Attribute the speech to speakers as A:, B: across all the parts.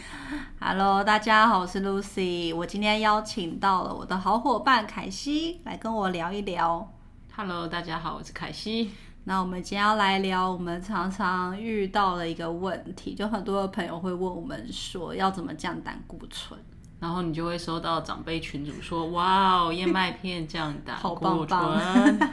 A: Hello，大家好，我是 Lucy。我今天邀请到了我的好伙伴凯西来跟我聊一聊。
B: Hello，大家好，我是凯西。
A: 那我们今天要来聊我们常常遇到的一个问题，就很多的朋友会问我们说要怎么降胆固醇。
B: 然后你就会收到长辈群主说：“哇哦，燕麦片降胆
A: 好
B: 固
A: 棒
B: 醇。
A: 棒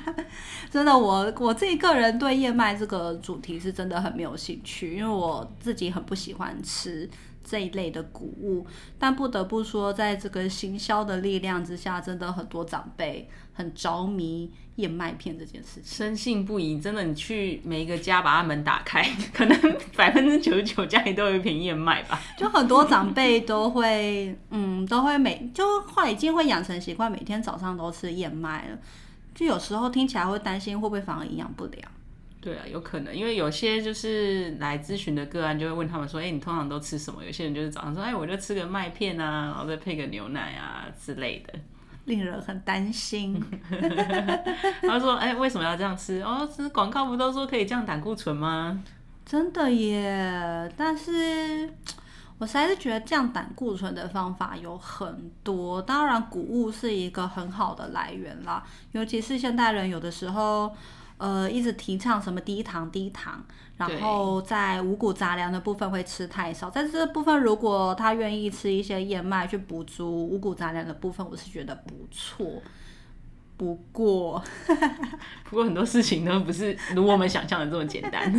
A: 真的，我我自己个人对燕麦这个主题是真的很没有兴趣，因为我自己很不喜欢吃这一类的谷物。但不得不说，在这个行销的力量之下，真的很多长辈很着迷燕麦片这件事情。
B: 深信不疑，真的，你去每一个家把它门打开， 可能百分之九十九家里都有一瓶燕麦吧。
A: 就很多长辈都会，嗯，都会每就后来已经会养成习惯，每天早上都吃燕麦了。就有时候听起来会担心会不会反而营养不良。
B: 对啊，有可能，因为有些就是来咨询的个案，就会问他们说：“哎、你通常都吃什么？”有些人就是早上说：“哎、我就吃个麦片啊，然后再配个牛奶啊之类的。”
A: 令人很担心，
B: 他说：“哎、为什么要这样吃？哦，吃广告不都说可以降胆固醇吗？
A: 真的耶！但是我实在是觉得降胆固醇的方法有很多，当然谷物是一个很好的来源啦，尤其是现代人有的时候。呃，一直提倡什么低糖低糖，然
B: 对
A: 后在五谷杂粮的部分会吃太少，在这部分如果他愿意吃一些燕麦去补足五谷杂粮的部分，我是觉得不错。不过，
B: 不过很多事情都不是如我们想象的这么简单。”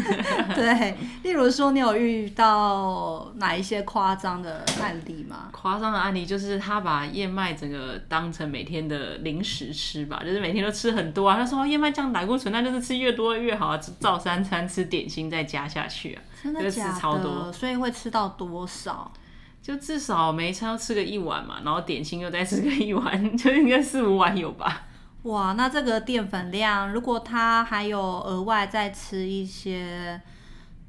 A: 对，例如说，你有遇到哪一些夸张的案例吗？
B: 夸张的案例就是他把燕麦整个当成每天的零食吃吧，就是每天都吃很多啊。他说、哦燕麦降胆固醇，那就是吃越多越好啊，照三餐吃点心再加下去啊，
A: 真的
B: 就是
A: 假
B: 吃超多，
A: 的？所以会吃到多少？
B: 就至少每一餐要吃个一碗嘛，然后点心又再吃个一碗， 就应该四五碗有吧。
A: 哇，那这个淀粉量，如果他还有额外再吃一些，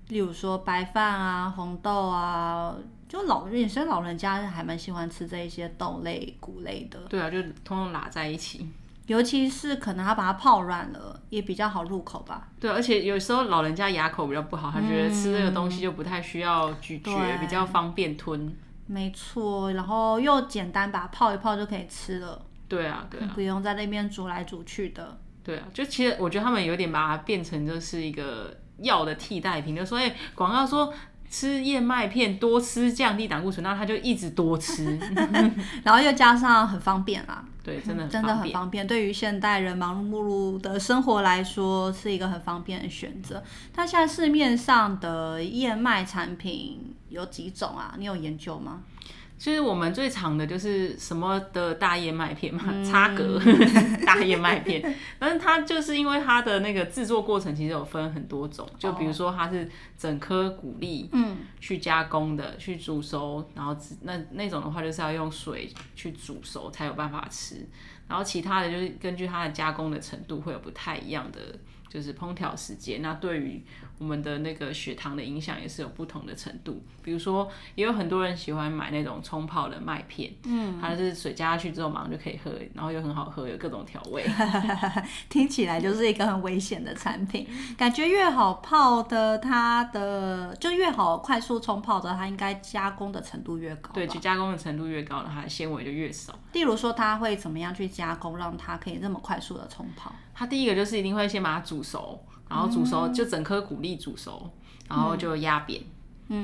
A: 例如说白饭啊、红豆啊，就老有些老人家还蛮喜欢吃这一些豆类、谷类的，
B: 对啊，就通通拉在一起。
A: 尤其是可能他把它泡软了，也比较好入口吧。
B: 对，啊而且有时候老人家牙口比较不好，他觉得吃这个东西就不太需要咀嚼，
A: 对
B: 比较方便吞。
A: 没错，然后又简单吧，泡一泡就可以吃了。
B: 对啊，对啊。
A: 不用在那边煮来煮去的。
B: 对啊，就其实我觉得他们有点把它变成就是一个药的替代品，就说哎，广、告说吃燕麦片多吃降低胆固醇，那他就一直多 吃。
A: 然后又加上很方便啦，
B: 对，真的很
A: 真的
B: 方
A: 很
B: 便。
A: 方便。对于现代人忙碌的生活来说，是一个很方便的选择。那现在市面上的燕麦产品有几种啊？你有研究吗？
B: 其实我们最常的就是什么的大燕麦片嘛， 差格大燕麦片，但是它就是因为它的那个制作过程其实有分很多种，就比如说它是整颗谷粒，嗯，去加工的，去煮熟，然后只那那种的话就是要用水去煮熟才有办法吃，然后其他的就是根据它的加工的程度会有不太一样的。就是烹调时间，那对于我们的那个血糖的影响也是有不同的程度。比如说，也有很多人喜欢买那种冲泡的麦片，嗯，它是水加下去之后马上就可以喝，然后又很好喝，有各种调味。
A: 听起来就是一个很危险的产品，感觉越好泡的，它的就越好快速冲泡的，它应该加工的程度越高。
B: 对，就加工的程度越高，它的纤维就越少。
A: 例如说，它会怎么样去加工，让它可以这么快速的冲泡？
B: 它第一个就是一定会先把它煮熟，然后煮熟、就整颗谷粒煮熟，然后就压扁。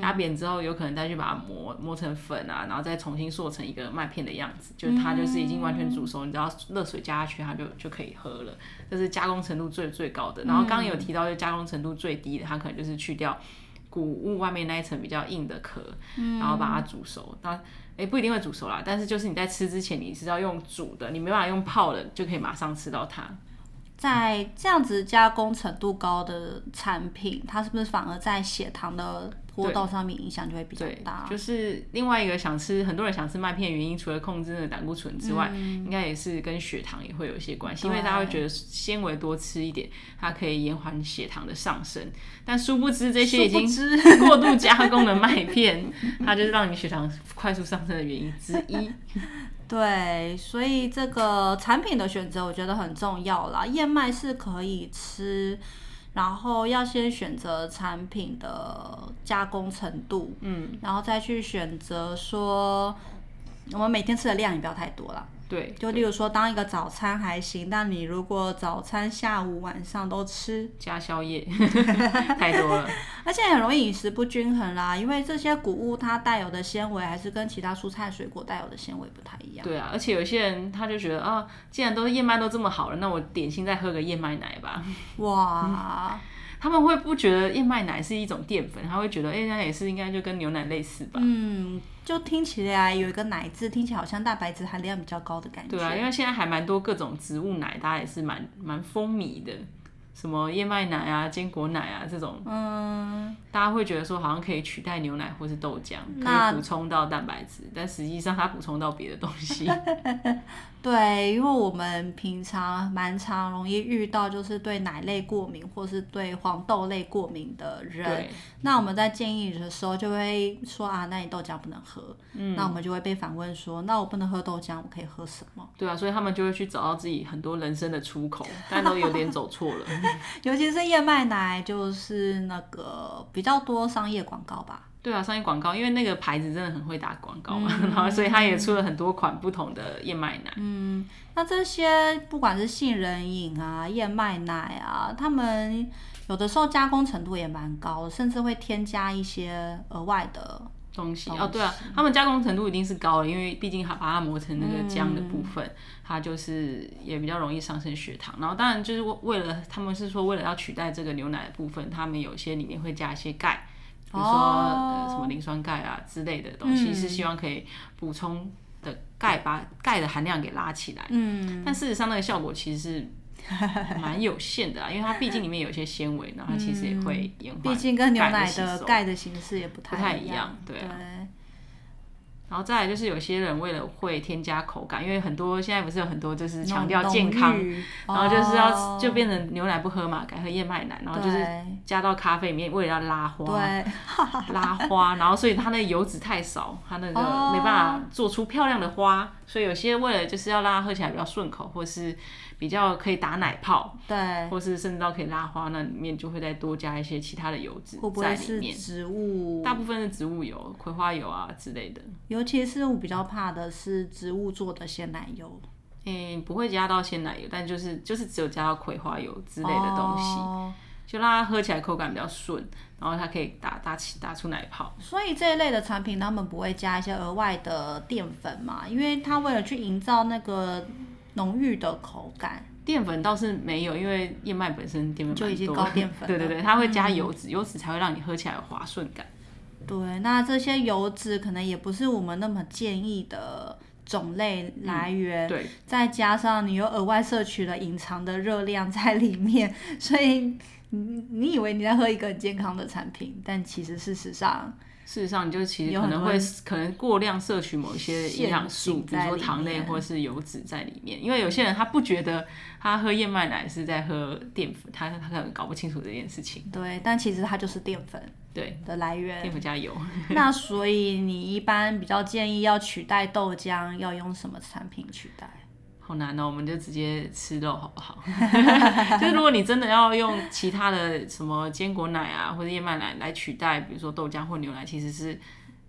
B: 压扁之后，有可能再去把它磨磨成粉啊，然后再重新做成一个麦片的样子。就它就是已经完全煮熟，你只要热水加下去，它就就可以喝了。这是加工程度最最高的。然后刚刚有提到，就加工程度最低的，它可能就是去掉谷物外面那一层比较硬的壳，然后把它煮熟。那诶不一定会煮熟啦，但是就是你在吃之前，你是要用煮的，你没办法用泡的就可以马上吃到它。
A: 在这样子加工程度高的产品，它是不是反而在血糖的波动上面影响就会比较
B: 对
A: 大？，
B: 就是另外一个想吃，很多人想吃麦片的原因，除了控制那个胆固醇之外，应该也是跟血糖也会有一些关系，因为
A: 嗯对
B: 大家会觉得纤维多吃一点，它可以延缓血糖的上升，但殊不知这些已经
A: 殊
B: 过度加工的麦片，它就是让你血糖快速上升的原因之一。
A: 对，所以这个产品的选择我觉得很重要啦。燕麦是可以吃，然后要先选择产品的加工程度，嗯，然后再去选择说我们每天吃的量也不要太多啦。
B: 对，
A: 就例如说，当一个早餐还行，但你如果早餐、下午、晚上都吃，
B: 加宵夜 太多了，
A: 而且很容易饮食不均衡啦，因为这些谷物它带有的纤维还是跟其他蔬菜水果带有的纤维不太一样。
B: 对啊，而且有些人他就觉得啊，既然都是燕麦都这么好了，那我点心再喝个燕麦奶吧。嗯
A: 哇，
B: 他们会不觉得燕麦奶是一种淀粉，他会觉得哎、那也是应该就跟牛奶类似吧？
A: 嗯，就听起来有一个奶字，听起来好像蛋白质含量比较高的感觉。
B: 对啊，因为现在还蛮多各种植物奶，大家也是蛮蛮风靡的，什么燕麦奶啊、坚果奶啊这种，
A: 嗯，
B: 大家会觉得说好像可以取代牛奶或是豆浆，可
A: 那
B: 以补充到蛋白质，但实际上它补充到别的东西。
A: 对，因为我们平常蛮常容易遇到，就是对奶类过敏或是对黄豆类过敏的人。
B: 对，
A: 那我们在建议你的时候，就会说啊，那你豆浆不能喝。嗯，那我们就会被反问说，那我不能喝豆浆，我可以喝什么？
B: 对啊，所以他们就会去找到自己很多人生的出口，但都有点走错了。
A: 尤其是燕麦奶，就是那个比较多商业广告吧。
B: 对啊，商业广告，因为那个牌子真的很会打广告
A: 嗯
B: 嘛， 然后所以它也出了很多款不同的燕麦奶。
A: 那这些不管是杏仁饮啊、燕麦奶啊，他们有的时候加工程度也蛮高，甚至会添加一些额外的。
B: 东西
A: 东
B: 哦，对啊，他们加工程度一定是高的，因为毕竟它把它磨成那个浆的部分，
A: 嗯
B: 它就是也比较容易上升血糖。然后当然就是为为了他们是说为了要取代这个牛奶的部分，他们有些里面会加一些钙，比如说、
A: 哦
B: 呃、什么磷酸钙啊之类的东西，
A: 嗯
B: 是希望可以补充的钙把钙的含量给拉起来。
A: 嗯，
B: 但事实上那个效果其实是蛮有限的啊，因为它毕竟里面有一些纤维，然后它其实也会延缓
A: 毕
B: 钙的吸收。
A: 竟跟牛奶的钙的形式也不
B: 不太
A: 太
B: 一样
A: 样。
B: 对啊
A: 对，
B: 然后再来就是有些人为了会添加口感，因为很多现在不是有很多就是
A: 那
B: 强
A: 种
B: 调健
A: 浓
B: 康，
A: 郁
B: 然后就是要、
A: 哦
B: 就变成牛奶不喝嘛，改喝燕麦奶，然后就是
A: 对
B: 加到咖啡里面，为了要拉花，
A: 对，
B: 拉花，然后所以它那个油脂太少，它那个
A: 哦
B: 没办法做出漂亮的花，所以有些为了就是要让它喝起来比较顺口，或是比较可以打奶泡，
A: 对，
B: 或是甚至到可以拉花，那里面就会再多加一些其他的油脂
A: 会不
B: 在
A: 会
B: 里
A: 是
B: 面，
A: 植物？
B: 大部分是植物油、葵花油啊之类的。
A: 尤其是我比较怕的是植物做的鲜奶油
B: 嗯，不会加到鲜奶油，但就是就是只有加到葵花油之类的东西，
A: 哦
B: 就让它喝起来口感比较顺，然后它可以打打起打出奶泡。
A: 所以这一类的产品，他们不会加一些额外的淀粉嘛？因为它为了去营造那个浓郁的口感。
B: 淀粉倒是没有，因为燕麦本身淀粉
A: 就已经
B: 蛮多
A: 高淀粉
B: 对对
A: 了嗯
B: 对，它会加油脂，油脂才会让你喝起来有滑顺感。
A: 对，那这些油脂可能也不是我们那么建议的种类来源，
B: 对
A: 再加上你又额外摄取了隐藏的热量在里面，所以你你以为你在喝一个很健康的产品，但其实事实上，
B: 事实上，你就其实
A: 有
B: 可
A: 很
B: 能
A: 多
B: 会可能过量摄取某一些营养素，
A: 陷阱
B: 比如
A: 在
B: 说
A: 里
B: 糖类
A: 面
B: 或是油脂在里面。因为有些人他不觉得他喝燕麦奶是在喝淀粉，他他可能搞不清楚这件事情。
A: 对，但其实它就是淀粉
B: 对，
A: 的来源
B: 淀。粉加油。
A: 那所以你一般比较建议要取代豆浆，要用什么产品取代？
B: 好难哦，我们就直接吃肉好 不好？ 就是如果你真的要用其他的什么坚果奶啊，或者燕麦奶来取代，比如说豆浆或牛奶，其实是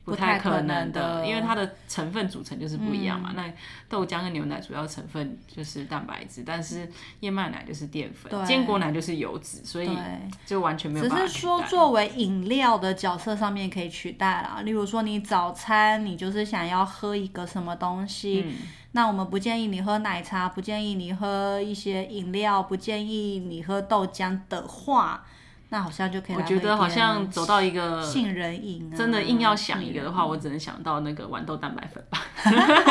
B: 不太可能
A: 不太可能的嗯
B: 因为它的成分组成就是不一样嘛。那豆浆跟牛奶主要成分就是蛋白质，但是燕麦奶就是淀粉，
A: 对
B: 坚果奶就是油脂，所以
A: 对，
B: 就完全没有
A: 只
B: 办法
A: 是
B: 取
A: 说
B: 代。
A: 作为饮料的角色上面可以取代啦。例如说你早餐你就是想要喝一个什么东西，
B: 嗯
A: 那我们不建议你喝奶茶，不建议你喝一些饮料，不建议你喝豆浆的话，那好像就可以
B: 我
A: 来
B: 觉
A: 回
B: 得好
A: 点
B: 像走到一个
A: 杏仁饮啊，
B: 真的硬要想一个的话，我只能想到那个豌豆蛋白粉 吧。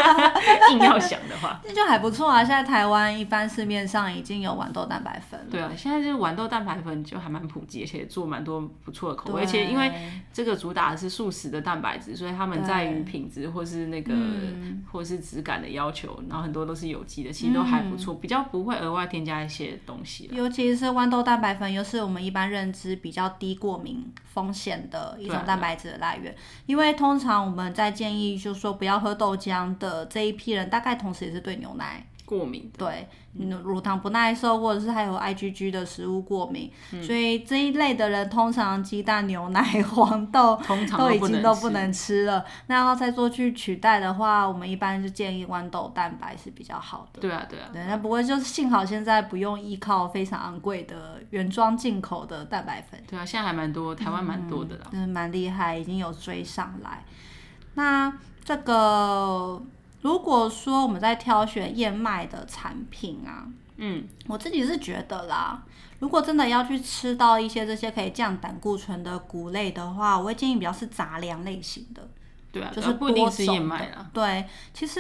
B: 硬要想的话，
A: 那就还不错啊。现在台湾一般市面上已经有豌豆蛋白粉了。
B: 对啊，现在就是豌豆蛋白粉就还蛮普及，而且做蛮多不错的口味。而且
A: 对
B: 因为这个主打的是素食的蛋白质，所以他们在于品质或是那个、
A: 嗯
B: 或是质感的要求，然后很多都是有机的，其实都还不
A: 嗯
B: 错，比较不会额外添加一些东西了。
A: 尤其是豌豆蛋白粉，又是我们一般认知比较低过敏风险的一
B: 对啊
A: 种蛋白质的来源。因为通常我们在建议，就是说不要喝豆浆的这一批人，大概同时也是对牛奶
B: 过敏的。
A: 对，嗯乳糖不耐受或者是还有 IgG 的食物过敏，所以这一类的人通常鸡蛋、牛奶、黄豆
B: 通常
A: 哦都已
B: 不
A: 经
B: 能
A: 都
B: 吃
A: 不能吃了。那要再做去取代的话，我们一般是建议豌豆蛋白是比较好的。
B: 对啊，对啊，
A: 对，那不过就是幸好现在不用依靠非常昂贵的原装进口的蛋白粉，
B: 对啊，现在还蛮多，台湾蛮多的啦。
A: 真的蛮厉害，已经有追上来。那这个如果说我们在挑选燕麦的产品啊，
B: 嗯，
A: 我自己是觉得啦，如果真的要去吃到一些这些可以降胆固醇的谷类的话，我会建议比较是杂粮类型的。
B: 对啊，
A: 嗯就
B: 对啊
A: 是
B: 不一定
A: 多
B: 是
A: 种
B: 燕
A: 的
B: 麦啦。
A: 对，其实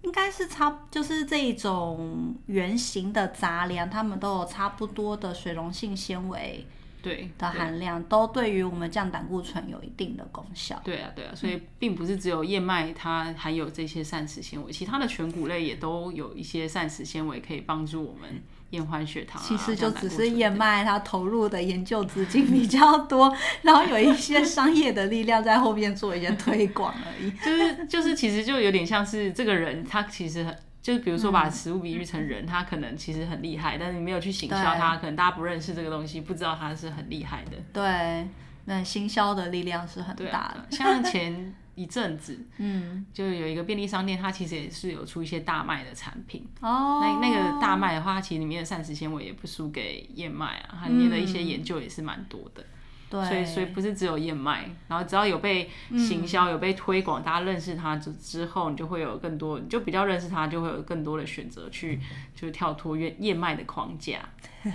A: 应该是差，就是这一种圆形的杂粮，它们都有差不多的水溶性纤维
B: 对
A: 的
B: 对
A: 含量，都对于我们降胆固醇有一定的功效。
B: 对啊，对啊，所以
A: 嗯
B: 并不是只有燕麦它含有这些膳食纤维，其他的全谷类也都有一些膳食纤维可以帮助我们延缓血糖啊、
A: 其实就
B: 降胆
A: 只
B: 固
A: 是
B: 醇
A: 燕麦它投入的研究资金比较多，然后有一些商业的力量在后面做一些推广而 已。
B: 就是就是，其实就有点像是这个人，他其实很就是，比如说把食物比喻成人，他可能其实很厉害，但是你没有去行销
A: 对
B: 他，可能大家不认识这个东西，不知道他是很厉害的。
A: 对，那行销的力量是很
B: 对
A: 大
B: 啊
A: 的。，
B: 像前一阵子
A: 嗯，
B: 就有一个便利商店，它其实也是有出一些大麦的产品。
A: 哦，
B: 那那个大麦的话，它其实里面的膳食纤维也不输给燕麦啊，它里面的一些研究也是蛮多的。
A: 对，
B: 所以所以不是只有燕麦，然后只要有被行
A: 嗯
B: 销、有被推广，大家认识它之之后，你就会有更多，你就比较认识它，就会有更多的选择去，就是跳脱燕燕麦的框架。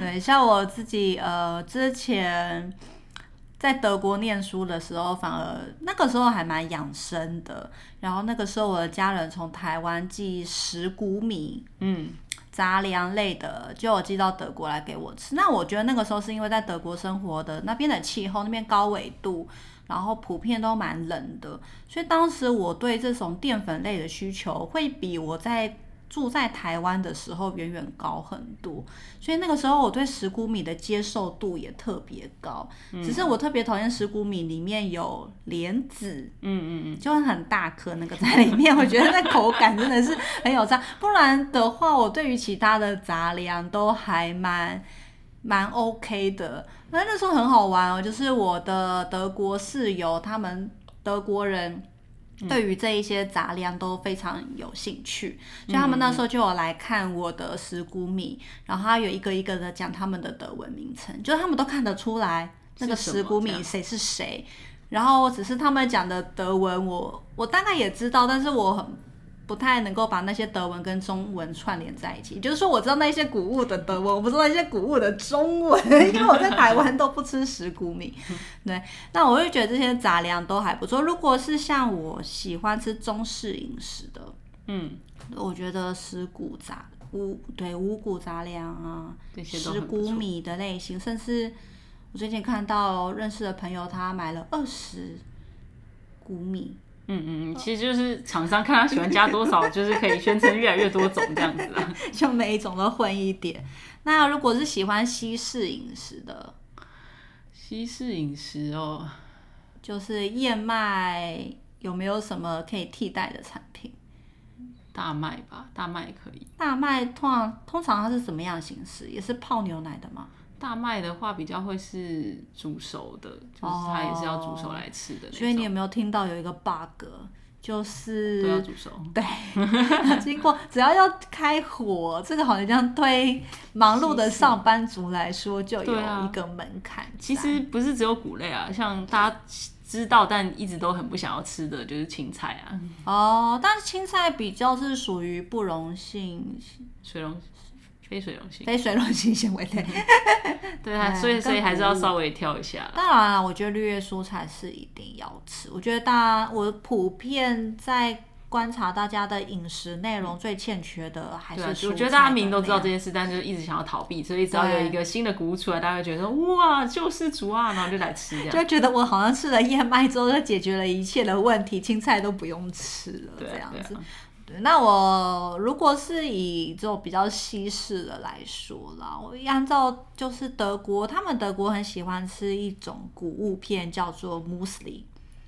A: 对，像我自己呃，之前在德国念书的时候，反而那个时候还蛮养生的。然后那个时候我的家人从台湾寄石谷米
B: 嗯，
A: 杂粮类的，就我寄到德国来给我吃。那我觉得那个时候是因为在德国生活的那边的气候，那边高纬度。然后普遍都蛮冷的，所以当时我对这种淀粉类的需求会比我在住在台湾的时候远远高很多，所以那个时候我对石谷米的接受度也特别高。只是我特别讨厌石谷米里面有莲子，嗯嗯嗯，就很大颗那个在里 面，我觉得那口感真的是很有差。不然的话，我对于其他的杂粮都还蛮。蛮 OK 的，那那时候很好玩哦，就是我的德国室友，他们德国人
B: 嗯
A: 对于这一些杂粮都非常有兴趣，
B: 嗯
A: 所以他们那时候就有来看我的石谷米，然后他有一个一个的讲他们的德文名称，就是他们都看得出来那个
B: 是什么
A: 石谷
B: 这
A: 米
B: 样
A: 谁是谁。然后只是他们讲的德文我，我大概也知道，但是我很不太能够把那些德文跟中文串联在一起。也就是说，我知道那些谷物的德文，我不知道那些谷物的中文，因为我在台湾都不吃石谷米。对，那我就觉得这些杂粮都还不错。如果是像我喜欢吃中式饮食的，
B: 嗯，
A: 我觉得石谷杂五对五谷杂粮啊，
B: 这些都
A: 石
B: 很不
A: 谷
B: 错。
A: 米的类型，甚至我最近看到认识的朋友，他买了二十谷米，
B: 嗯嗯，嗯其实就是厂商看他喜欢加多少，就是可以宣称越来越多种这样子啊 啦。
A: 就每一种都混一点。那如果是喜欢西式饮食的，
B: 西式饮食哦，
A: 就是燕麦，有没有什么可以替代的产品？
B: 大麦吧，大麦也可以。
A: 大麦通常通常它是怎么样的形式？也是泡牛奶的吗？
B: 大麦的话比较会是煮熟的，就是它也是要煮熟来吃的那种，
A: 所以你有没有听到有一个 bug，就是
B: 都要煮熟。啊
A: 经过只要要开火，这个好像对忙碌的上班族来说就有
B: 对啊
A: 一个门槛在。
B: 其实不是只有谷类啊，像大家知道但一直都很不想要吃的就是青菜啊，
A: 哦，但是青菜比较是属于不溶性、
B: 水溶非水溶性，
A: 非水溶性纤维类。
B: 对啊，
A: 哎
B: 所以
A: 跟
B: 所以还是
A: 谷
B: 要
A: 物
B: 稍微挑一下啦。
A: 当然啊了，我觉得绿叶蔬菜是一定要吃。我觉得大家，我普遍在观察大家的饮食内容最欠缺的还是
B: 对
A: 蔬
B: 啊
A: 菜的，
B: 我觉得大家明明都知道这件事，但就是一直想要逃避，所以只要有一个新的谷物出来，大家会觉得说哇就是煮啊，然后就来吃这样。
A: 就觉得我好像吃了燕麦之后就解决了一切的问题，青菜都不用吃了
B: 对
A: 这
B: 啊
A: 样
B: 对
A: 子。
B: 啊，
A: 对，那我如果是以这种比较西式的来说啦，我按照就是德国，他们德国很喜欢吃一种谷物片，叫做 muesli。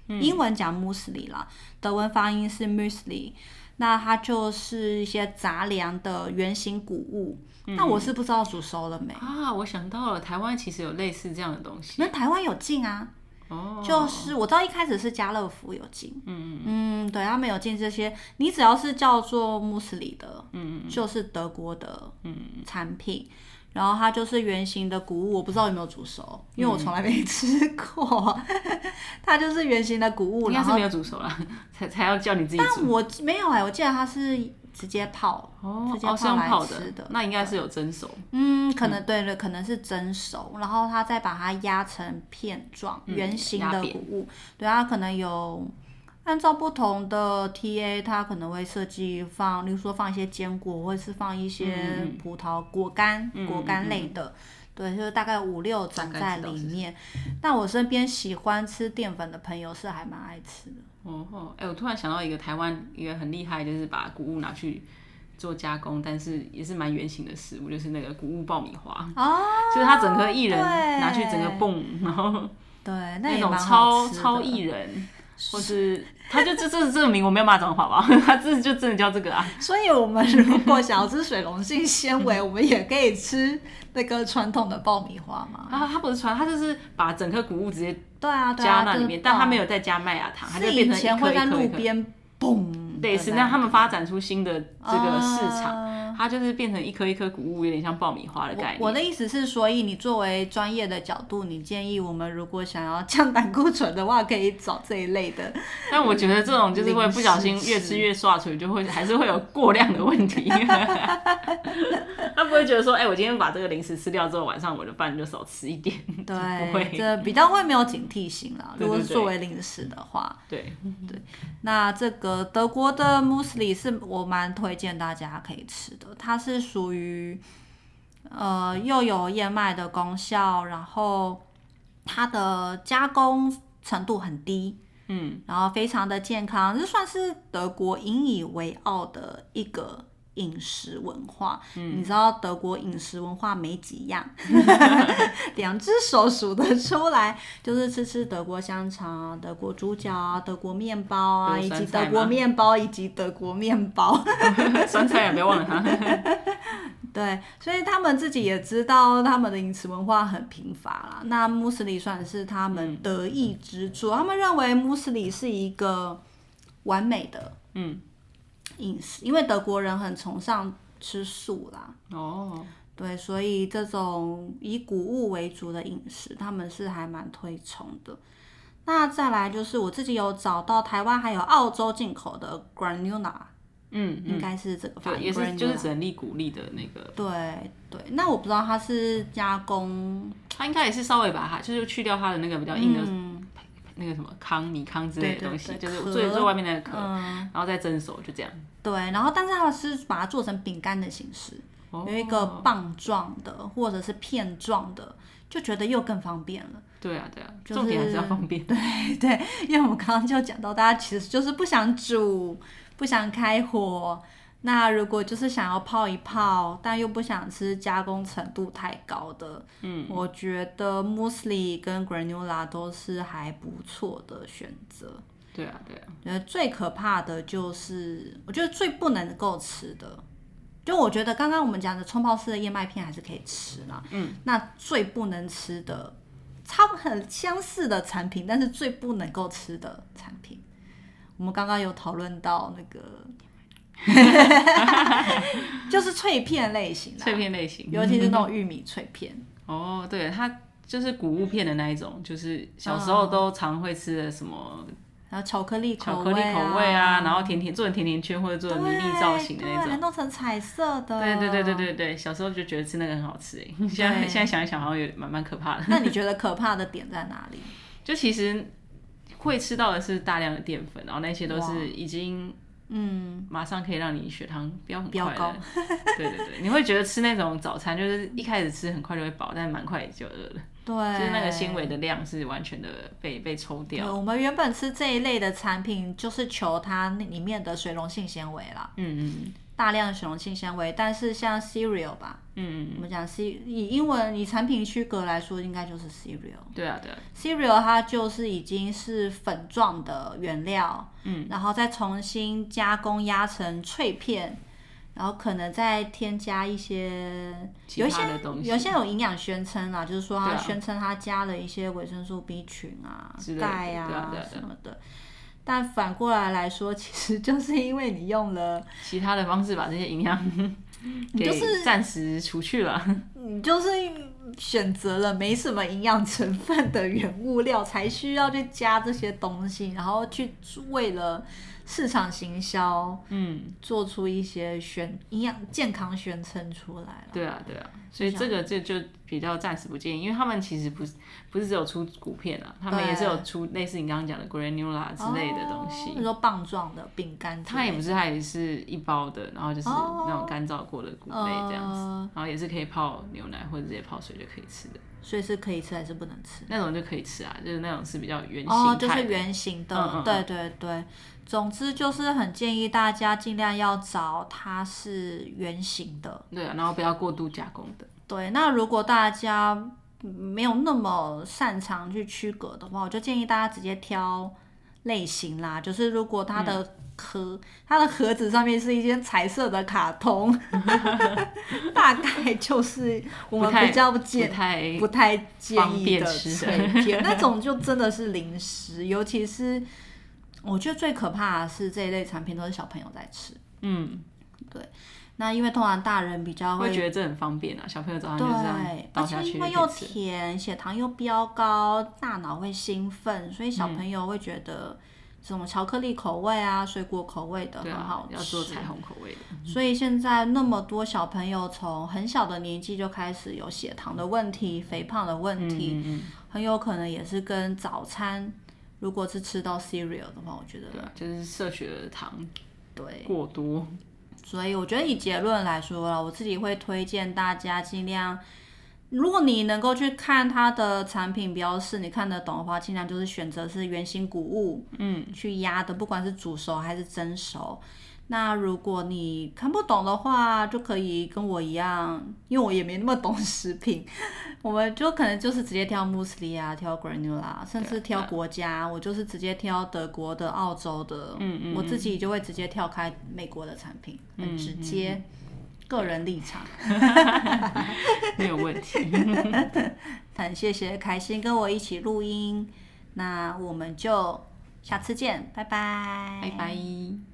A: 英文讲 muesli 啦，德文发音是 muesli。那它就是一些杂粮的圆形谷物。那我是不知道煮熟了没。
B: 啊，我想到了，台湾其实有类似这样的东西
A: 那台湾有进啊，
B: 哦，
A: 就是我知道一开始是家乐福有进，嗯嗯对，他们有进这些，你只要是叫做穆斯里的，嗯就是德国的
B: 嗯
A: 产品，然后它就是圆形的谷物，我不知道有没有煮熟，因为
B: 嗯
A: 我从来没吃过， 它就是圆形的谷物，
B: 应
A: 然
B: 该
A: 后
B: 是没有煮熟啦， 才才要叫你自己煮。
A: 但我没有哎、我记得它是直接泡，
B: 哦
A: 直，接
B: 哦是用
A: 来
B: 泡
A: 吃啊
B: 那应该是有蒸熟。
A: 嗯，可能对对，可能是蒸熟，然后它再把它压成片状、
B: 嗯
A: 圆形
B: 压
A: 的谷物。对，它可能有按照不同的 TA，它可能会设计放，例如说放一些坚果，或者是放一些葡萄果干、
B: 嗯
A: 果干类的。对，就是大概五六种
B: 大
A: 在
B: 概知道
A: 里
B: 是
A: 面。但我身边喜欢吃淀粉的朋友是还蛮爱吃的。
B: 哦，哎、我突然想到一个台湾一个很厉害，就是把谷物拿去做加工，但是也是蛮圆形的食物，就是那个谷物爆米花。
A: 哦，
B: 就是它整个薏仁
A: 对
B: 拿去整个蹦，然后
A: 对，
B: 那
A: 也
B: 种
A: 蛮好
B: 超
A: 吃
B: 超
A: 的
B: 薏 仁，或是它就这这这个名我没有骂脏话吧，它这就真的叫这个啊。
A: 所以，我们如果想要吃水溶性纤维，
B: 嗯
A: 我们也可以吃那个传统的爆米花嘛。
B: 然后它不是传，它就是把整颗谷物直接
A: 对啊，对
B: 加
A: 啊，
B: 那里面，但它没有再加麦芽糖，它
A: 是
B: 就
A: 以
B: 变成
A: 前
B: 一颗
A: 会
B: 一
A: 在
B: 颗一
A: 路
B: 颗。
A: 边嘣，
B: 类似，那他们发展出新的这个市场，
A: 场。
B: 它就是变成一颗一颗谷物，有点像爆米花的概念。
A: 啊我我的意思是，所以你作为专业的角度，你建议我们如果想要降胆固醇的话，可以找这一类 的。
B: 但我觉得这种就是会不小心越吃越刷出，就会还是会有过量的问题。他不会觉得说，哎、我今天把这个零食吃掉之后，晚上我的饭就少吃一点。 不
A: 对，
B: 会
A: 这比较会没有警惕性啦。
B: 对对
A: 如果是
B: 对
A: 作为零食的话，
B: 对，
A: 那这个德国的 muesli 是我蛮推荐大家可以吃的，它是属于呃又有燕麦的功效，然后它的加工程度很低，
B: 嗯，
A: 然后非常的健康，这算是德国引以为傲的一个。饮食文化，
B: 嗯
A: 你知道德国饮食文化没几样， 两只手数得出来，就是吃吃德国香肠啊、德国猪脚啊、德国面包啊，
B: 德
A: 以
B: 国
A: 及
B: 酸
A: 德
B: 菜
A: 国
B: 吗
A: 面包以及德国面包。
B: 酸菜也不要忘了它。
A: 对，所以他们自己也知道他们的饮食文化很贫乏啦。那穆斯里算是他
B: 嗯
A: 们得意之处，他们认为穆斯里是一个完美的
B: 嗯，
A: 饮食，因为德国人很崇尚吃素啦。
B: 哦，
A: 对，所以这种以谷物为主的饮食，他们是还蛮推崇的。那再来就是我自己有找到台湾还有澳洲进口的 granola，、
B: 嗯
A: 应
B: 嗯，
A: 该是这个发
B: 对，
A: 音
B: 也是
A: granola
B: 就是整粒谷粒的那个，
A: 对对，那我不知道它是加工，
B: 它应该也是稍微把它就是去掉它的那个比较硬的
A: 嗯
B: 那个什么糠米糠之类的
A: 对对
B: 东西，
A: 对
B: 就是
A: 壳
B: 最最外面那个壳，
A: 嗯，
B: 然后再蒸熟，就这样。
A: 对，然后但是它是把它做成饼干的形式，
B: 哦
A: 有一个棒状的或者是片状的，就觉得又更方便了。
B: 对啊对啊，
A: 就是
B: 重点还是要方便。
A: 对，因为我们刚刚就讲到，大家其实就是不想煮，不想开火。那如果就是想要泡一泡，但又不想吃加工程度太高的，嗯，我觉得 muesli 跟 granola 都是还不错的选择。
B: 对啊对啊，
A: 呃，最可怕的就是，我觉得最不能够吃的，就我觉得刚刚我们讲的冲泡式的燕麦片还是可以吃啦。嗯，那最不能吃的，差不很相似的产品，但是最不能够吃的产品，我们刚刚有讨论到那个，就是脆片类型的，
B: 脆片类型。嗯
A: 尤其是那种玉米脆片。
B: 哦，对，它就是谷物片的那一种，就是小时候都常会吃的什么
A: 然后巧克力
B: 巧
A: 嗯口
B: 克力
A: 味
B: 口味啊，然后甜甜做成甜甜圈或者做成迷你造型的
A: 对
B: 那
A: 对
B: 种。
A: 弄成彩色的。
B: 对对对对对对，小时候就觉得吃那个很好吃哎， 现在现在想一想好像有点蛮蛮可怕的。
A: 那你觉得可怕的点在哪 里？
B: 就其实会吃到的是大量的淀粉，然后那些都是已经
A: 嗯，
B: 马上可以让你血糖飙很
A: 飙
B: 快
A: 高
B: 的。对对对，你会觉得吃那种早餐就是一开始吃很快就会饱，但蛮快就饿了，
A: 对，
B: 就是那个纤维的量是完全的被被抽掉。
A: 对。我们原本吃这一类的产品，就是求它那里面的水溶性纤维啦。
B: 嗯嗯，
A: 大量的水溶性纤维，但是像 cereal 吧，
B: 嗯，
A: 我们讲 c 以英文以产品区隔来说，应该就是 cereal。
B: 对啊，对啊，
A: cereal 它就是已经是粉状的原料，嗯，然后再重新加工压成脆片，然后可能再添加一些
B: 其
A: 有一些
B: 他的东西
A: 有一些有营养宣称啦，就是说它
B: 对啊
A: 宣称它加了一些维生素 B 群啊
B: 之、类的
A: 钙
B: 对啊对啊对啊
A: 什么的。但反过来来说，其实就是因为你用了
B: 其他的方式把这些营养
A: 就
B: 给暂时除去了。
A: 你就是选择了没什么营养成分的原物料，才需要去加这些东西，然后去为了市场行销
B: 嗯，
A: 做出一些宣营养健康宣称出来了。
B: 对啊，对啊，所以这个就就比较暂时不建议，因为他们其实不是不是只有出谷片啊，他们
A: 对
B: 也是有出类似你刚刚讲的 granola 啊之类的东西。
A: 哦，你说棒状的饼干之类的，
B: 它也不是，它也是一包的，然后就是
A: 哦
B: 那种干燥过的谷类这样子，
A: 呃
B: 然后也是可以泡牛奶或者直接泡水就可以吃的，
A: 所以是可以吃还是不能吃？
B: 那种就可以吃啊，就是那种是比较圆
A: 哦
B: 形，
A: 就
B: 态
A: 是
B: 的。
A: 圆形的，
B: 嗯嗯嗯
A: 对对对。总之就是很建议大家尽量要找它是圆形的，
B: 对啊，然后不要过度加工的。
A: 对，那如果大家没有那么擅长去区隔的话，我就建议大家直接挑类型啦。就是如果它
B: 嗯
A: 的壳、它的盒子上面是一些彩色的卡通， 大概就是我
B: 不
A: 们
B: 太
A: 比较
B: 不
A: 建
B: 太
A: 不太建
B: 方
A: 议
B: 便
A: 的
B: 吃的
A: 脆片，那种就真的是零食，尤其是我觉得最可怕的是这一类产品都是小朋友在吃。
B: 嗯，
A: 那因为通常大人比较
B: 会觉得这很方便啊，小朋友早上就这样
A: 对，而
B: 倒下
A: 且
B: 去
A: 因
B: 就
A: 为
B: 可
A: 又
B: 以吃。
A: 甜，血糖又飙高，大脑会兴奋，所以小
B: 嗯
A: 朋友会觉得什么巧克力口味啊、水果口味的
B: 对
A: 很
B: 啊
A: 好，
B: 要
A: 吃
B: 做。彩虹口味的。
A: 所以现在那么多小朋友从很小的年纪就开始有血糖的问题、肥胖的问题，
B: 嗯嗯嗯
A: 很有可能也是跟早餐如果是吃到 cereal 的话，我觉得
B: 对啊，就是摄取的糖
A: 对。
B: 过多。
A: 所以我觉得以结论来说啦，我自己会推荐大家尽量，如果你能够去看它的产品标示，你看得懂的话，尽量就是选择是原型谷物，嗯，去压的，不管是煮熟还是蒸熟。那如果你看不懂的话，就可以跟我一样，因为我也没那么懂食品， 我们就可能就是直接挑慕斯利啊，挑 granola，甚至挑国家，我就是直接挑德国的、澳洲的，
B: 嗯嗯
A: 我自己就会直接跳开美国的产品，很直接，个人立场。
B: 没有问题。
A: 很谢谢凯欣跟我一起录音，那我们就下次见，拜拜，
B: 拜拜。